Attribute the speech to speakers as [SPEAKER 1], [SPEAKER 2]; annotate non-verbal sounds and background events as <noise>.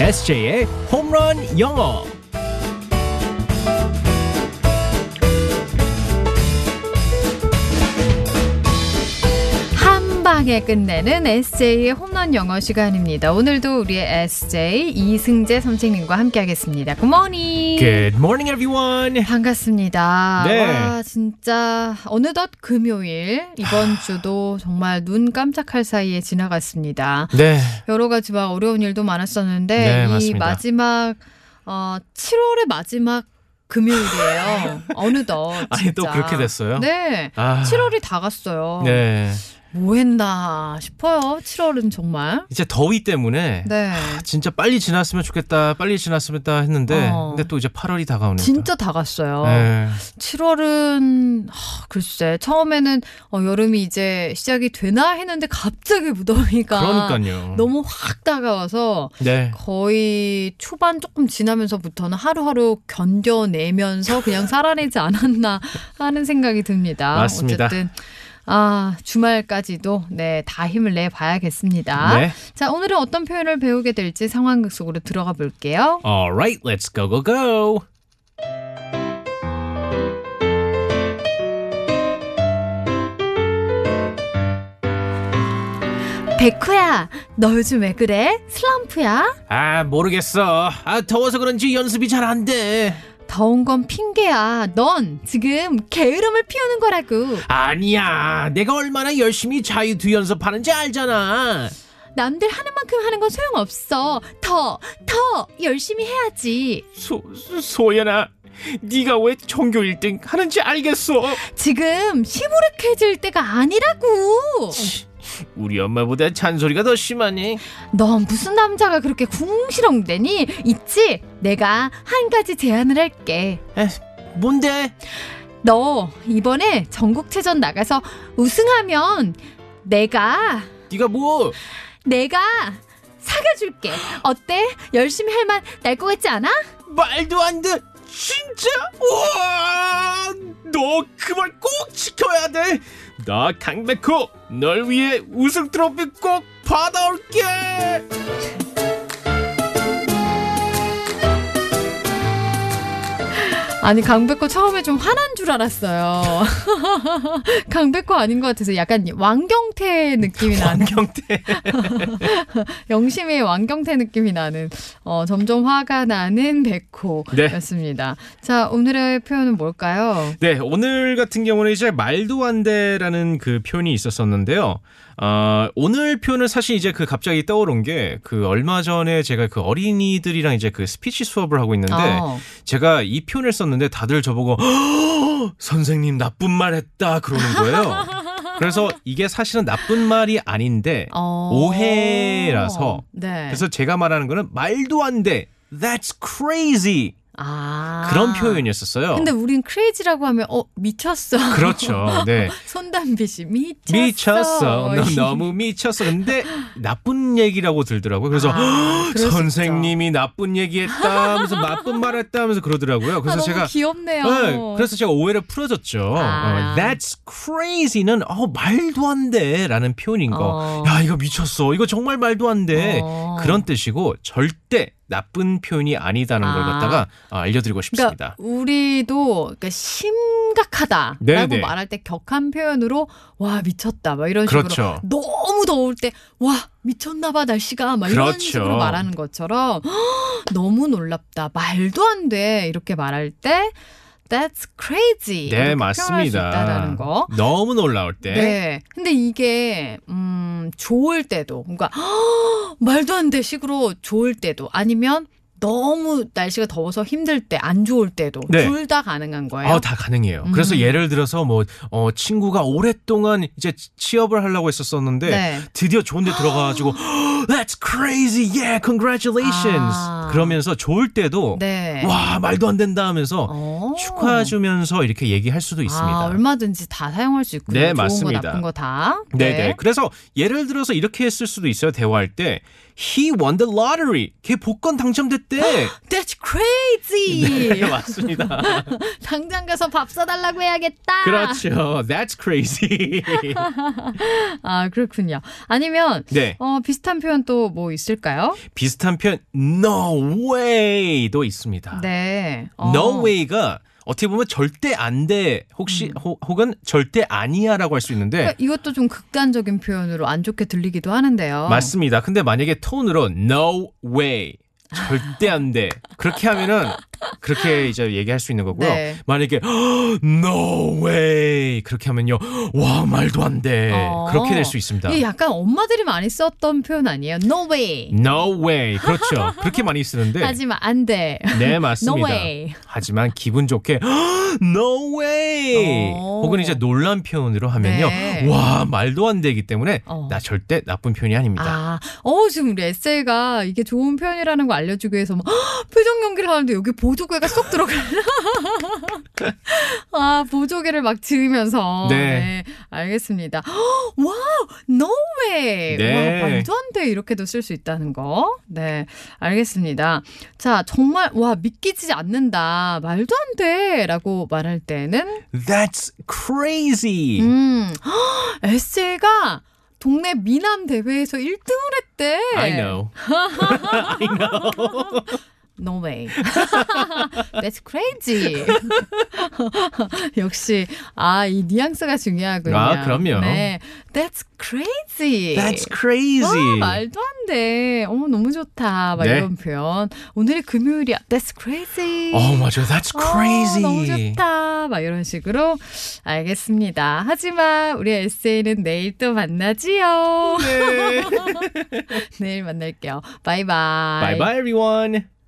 [SPEAKER 1] SJ의 홈런 영어.
[SPEAKER 2] 한 방에 끝내는 SJ의 홈런 영어 시간입니다. 오늘도 우리의 SJ 이승재 선생님과 함께하겠습니다. 굿모닝.
[SPEAKER 1] Good morning, everyone.
[SPEAKER 2] 반갑습니다.
[SPEAKER 1] 네.
[SPEAKER 2] 와 진짜 어느덧 금요일 이번
[SPEAKER 1] 아.
[SPEAKER 2] 주도 정말 눈 깜짝할 사이에 지나갔습니다.
[SPEAKER 1] 네,
[SPEAKER 2] 여러 가지 막 어려운 일도 많았었는데
[SPEAKER 1] 네,
[SPEAKER 2] 이
[SPEAKER 1] 맞습니다.
[SPEAKER 2] 마지막 어 7월의 마지막
[SPEAKER 1] <laughs>
[SPEAKER 2] 금요일이에요. 어느덧
[SPEAKER 1] 아니, 또
[SPEAKER 2] 진짜.
[SPEAKER 1] 그렇게 됐어요?
[SPEAKER 2] 네.
[SPEAKER 1] 아,
[SPEAKER 2] 7월이 다 갔어요.
[SPEAKER 1] 네,
[SPEAKER 2] 뭐 했나 싶어요. 7월은 정말.
[SPEAKER 1] 이제 더위 때문에
[SPEAKER 2] 네.
[SPEAKER 1] 진짜 빨리 지났으면 좋겠다, 빨리 지났으면 좋겠다 했는데,
[SPEAKER 2] 어.
[SPEAKER 1] 근데 또 이제 8월이 다가오네요.
[SPEAKER 2] 진짜 다 갔어요.
[SPEAKER 1] 네,
[SPEAKER 2] 7월은 하, 글쎄 처음에는 어, 여름이 이제 시작이 되나 했는데 갑자기 무더위가
[SPEAKER 1] 그러니까요.
[SPEAKER 2] 너무 확 다가와서
[SPEAKER 1] 네,
[SPEAKER 2] 거의 초반 조금 지나면서부터는 하루하루 견뎌내면서
[SPEAKER 1] <laughs>
[SPEAKER 2] 그냥 살아내지 않았나 하는 생각이 듭니다.
[SPEAKER 1] 맞습니다.
[SPEAKER 2] 어쨌든 아 주말까지도 네 다 힘을 내 봐야겠습니다.
[SPEAKER 1] 네.
[SPEAKER 2] 자 오늘은 어떤 표현을 배우게 될지 상황극 속으로 들어가 볼게요.
[SPEAKER 1] All right, let's go go go.
[SPEAKER 2] 백호야 너 요즘 왜 그래? 슬럼프야?
[SPEAKER 1] 아 모르겠어. 아 더워서 그런지 연습이 잘 안 돼.
[SPEAKER 2] 더운 건 핑계야. 넌 지금 게으름을 피우는 거라고.
[SPEAKER 1] 아니야, 내가 얼마나 열심히 자유투 연습하는지 알잖아.
[SPEAKER 2] 남들 하는 만큼 하는 건 소용없어. 더, 더 열심히 해야지.
[SPEAKER 1] 소, 소연아, 네가 왜 전교 1등 하는지 알겠어.
[SPEAKER 2] 지금 시무룩해질 때가 아니라고.
[SPEAKER 1] 우리 엄마보다 잔소리가 더 심하니.
[SPEAKER 2] 넌 무슨 남자가 그렇게 궁시렁대니? 있지? 내가 한 가지 제안을 할게.
[SPEAKER 1] 뭔데?
[SPEAKER 2] 너 이번에 전국체전 나가서 우승하면 내가
[SPEAKER 1] 네가 뭐?
[SPEAKER 2] 내가 사귀어줄게. 어때? 열심히 할 만 날 것 같지 않아?
[SPEAKER 1] 말도 안 돼. 진짜? 우와! 너 그말 꼭 지켜야 돼. 나 강백호, 널 위해 우승 트로피 꼭 받아올게.
[SPEAKER 2] 아니 강백호 처음에 좀 화난 줄 알았어요. <laughs> 강백호 아닌 것 같아서 약간 왕경태 느낌이 나는
[SPEAKER 1] 안경태.
[SPEAKER 2] 영심의 왕경태 느낌이 나는 어, 점점 화가 나는 백호였습니다. 자 오늘의 표현은 뭘까요?
[SPEAKER 1] 네, 오늘 같은 경우는 이제 말도 안 돼라는 그 표현이 있었었는데요. 아, 오늘 표현은 사실 이제 그 갑자기 떠오른 게 그 얼마 전에 제가 그 어린이들이랑 이제 그 스피치 수업을 하고 있는데
[SPEAKER 2] 어,
[SPEAKER 1] 제가 이 표현을 썼는데 다들 저보고 "허! 선생님 나쁜 말 했다 그러는
[SPEAKER 2] <laughs>
[SPEAKER 1] 거예요. 그래서 이게 사실은 나쁜 말이 아닌데
[SPEAKER 2] 어.
[SPEAKER 1] 오해라서
[SPEAKER 2] 네.
[SPEAKER 1] 그래서 제가 말하는 거는 말도 안 돼. That's crazy.
[SPEAKER 2] 아.
[SPEAKER 1] 그런 <laughs> 표현이었었어요.
[SPEAKER 2] 근데 우린 크레이지라고 하면 어 미쳤어. <laughs>
[SPEAKER 1] 그렇죠. 네.
[SPEAKER 2] 손담비 씨 미쳤어.
[SPEAKER 1] 미쳤어. 너,
[SPEAKER 2] <laughs>
[SPEAKER 1] 너무 미쳤어. 근데 나쁜 얘기라고 들더라고요. 그래서
[SPEAKER 2] 아, 그럴 수
[SPEAKER 1] 선생님이 나쁜 얘기했다 하면서
[SPEAKER 2] <laughs>
[SPEAKER 1] 나쁜 말했다 하면서 그러더라고요.
[SPEAKER 2] 아,
[SPEAKER 1] 그래서
[SPEAKER 2] 너무
[SPEAKER 1] 제가
[SPEAKER 2] 귀엽네요.
[SPEAKER 1] 네, 그래서 제가 오해를 풀어줬죠.
[SPEAKER 2] 아.
[SPEAKER 1] 어, That's crazy는 어, 말도 안 돼라는 표현인 거.
[SPEAKER 2] 어.
[SPEAKER 1] 야 이거 미쳤어. 이거 정말 말도 안 돼.
[SPEAKER 2] 어.
[SPEAKER 1] 그런 뜻이고 절대 나쁜 표현이 아니다는 걸
[SPEAKER 2] 아.
[SPEAKER 1] 갖다가 아, 알려드리고
[SPEAKER 2] 그러니까
[SPEAKER 1] 싶습니다.
[SPEAKER 2] 우리도 그러니까 심각하다라고
[SPEAKER 1] 네네.
[SPEAKER 2] 말할 때 격한 표현으로 와 미쳤다 막 이런 식으로
[SPEAKER 1] 그렇죠.
[SPEAKER 2] 너무 더울 때 와 미쳤나봐 날씨가 막 이런
[SPEAKER 1] 그렇죠.
[SPEAKER 2] 식으로 말하는 것처럼 <gasps> "헉, 너무 놀랍다 말도 안 돼 이렇게 말할 때 That's crazy.
[SPEAKER 1] 네
[SPEAKER 2] 이렇게 표현할 수
[SPEAKER 1] 맞습니다.
[SPEAKER 2] 있다라는 거.
[SPEAKER 1] 너무 놀라울 때.
[SPEAKER 2] 네. 근데 이게 음 좋을 때도 그러니까 "헉, <gasps> 말도 안 돼 식으로 좋을 때도 아니면 너무 날씨가 더워서 힘들 때 안 좋을 때도
[SPEAKER 1] 네.
[SPEAKER 2] 둘 다 가능한 거예요.
[SPEAKER 1] 아, 다 가능해요. 그래서
[SPEAKER 2] 음.
[SPEAKER 1] 예를 들어서 뭐 어, 친구가 오랫동안 이제 취업을 하려고 했었었는데
[SPEAKER 2] 네.
[SPEAKER 1] 드디어 좋은데
[SPEAKER 2] <gasps>
[SPEAKER 1] 들어가가지고 That's crazy, yeah, congratulations.
[SPEAKER 2] 아.
[SPEAKER 1] 그러면서 좋을 때도
[SPEAKER 2] 네.
[SPEAKER 1] 와 말도 안 된다 하면서
[SPEAKER 2] 어.
[SPEAKER 1] 축하해주면서 이렇게 얘기할 수도 있습니다.
[SPEAKER 2] 아, 얼마든지 다 사용할 수 있고
[SPEAKER 1] 네,
[SPEAKER 2] 좋은
[SPEAKER 1] 맞습니다.
[SPEAKER 2] 거 나쁜 거 다.
[SPEAKER 1] 네네. 그래서 예를 들어서 이렇게 했을 수도 있어요. 대화할 때 He won the lottery. 걔 복권
[SPEAKER 2] <gasps> 예.
[SPEAKER 1] 당첨됐대.
[SPEAKER 2] That's crazy.
[SPEAKER 1] 네, 맞습니다.
[SPEAKER 2] <laughs> 당장 가서 밥 사달라고 해야겠다.
[SPEAKER 1] 그렇죠.
[SPEAKER 2] <laughs>
[SPEAKER 1] That's crazy.
[SPEAKER 2] 아 그렇군요. 아니면
[SPEAKER 1] 네.
[SPEAKER 2] 어, 비슷한 표현 또 뭐 있을까요?
[SPEAKER 1] 비슷한 표현 no way도 있습니다.
[SPEAKER 2] 네. 어. 음.
[SPEAKER 1] no way가 어떻게 보면 절대 안 돼 혹시 호- 혹은 절대 아니야라고 할 수 있는데
[SPEAKER 2] 그러니까 이것도 좀 극단적인 표현으로 안 좋게 들리기도 하는데요.
[SPEAKER 1] 맞습니다. 근데 만약에 톤으로 no way 절대 안 돼. 그렇게 하면은 그렇게 이제 얘기할 수 있는 거고요.
[SPEAKER 2] 네.
[SPEAKER 1] 만약에 no way 그렇게 하면요. 와, 말도 안 돼.
[SPEAKER 2] 어.
[SPEAKER 1] 그렇게 될 수 있습니다.
[SPEAKER 2] 이게 약간 엄마들이 많이 썼던 표현 아니에요? No way.
[SPEAKER 1] no way. 그렇죠. 그렇게 많이 쓰는데
[SPEAKER 2] <laughs> 하지만 안 돼.
[SPEAKER 1] 네, 맞습니다.
[SPEAKER 2] <laughs> No way.
[SPEAKER 1] 하지만 기분 좋게 no way
[SPEAKER 2] 어.
[SPEAKER 1] 혹은 이제 논란 표현으로 하면요.
[SPEAKER 2] 네.
[SPEAKER 1] 와, 말도 안 되기 때문에
[SPEAKER 2] 어.
[SPEAKER 1] 나 절대 나쁜 표현이 아닙니다.
[SPEAKER 2] 아, 어 지금 우리 에세이가 이게 좋은 표현이라는 거 알려주기 위해서 막 헉, 표정 연기를 하는데 여기 보조개가 쏙 들어가. <laughs> 아 보조개를 막 지으면서.
[SPEAKER 1] 네.
[SPEAKER 2] 알겠습니다. 헉, 와우, no way.
[SPEAKER 1] 네.
[SPEAKER 2] 와, 말도 안 돼. 이렇게도 쓸 수 있다는 거. 네, 알겠습니다. 자, 정말 와 믿기지 않는다. 말도 안 돼라고 말할 때는
[SPEAKER 1] That's crazy.
[SPEAKER 2] 음, 에세이가 동네 미남 대회에서 1등을 했대.
[SPEAKER 1] I know. I know.
[SPEAKER 2] No way. <laughs> That's crazy. <laughs> 역시 아 이 뉘앙스가 중요하군요.
[SPEAKER 1] 아, 그럼요.
[SPEAKER 2] 네, That's crazy.
[SPEAKER 1] That's crazy.
[SPEAKER 2] 예. 아, 말도 안 돼. 어머 너무 좋다. 막
[SPEAKER 1] 네.
[SPEAKER 2] 이런 표현. 오늘이 금요일이야. That's crazy.
[SPEAKER 1] 어 맞아. That's
[SPEAKER 2] 어,
[SPEAKER 1] crazy. <laughs>
[SPEAKER 2] 너무 좋다. 막 이런 식으로 알겠습니다. 하지만 우리 에세이는 내일 또 만나지요. <laughs>
[SPEAKER 1] 네.
[SPEAKER 2] 내일 만날게요. 바이바이.
[SPEAKER 1] bye bye everyone.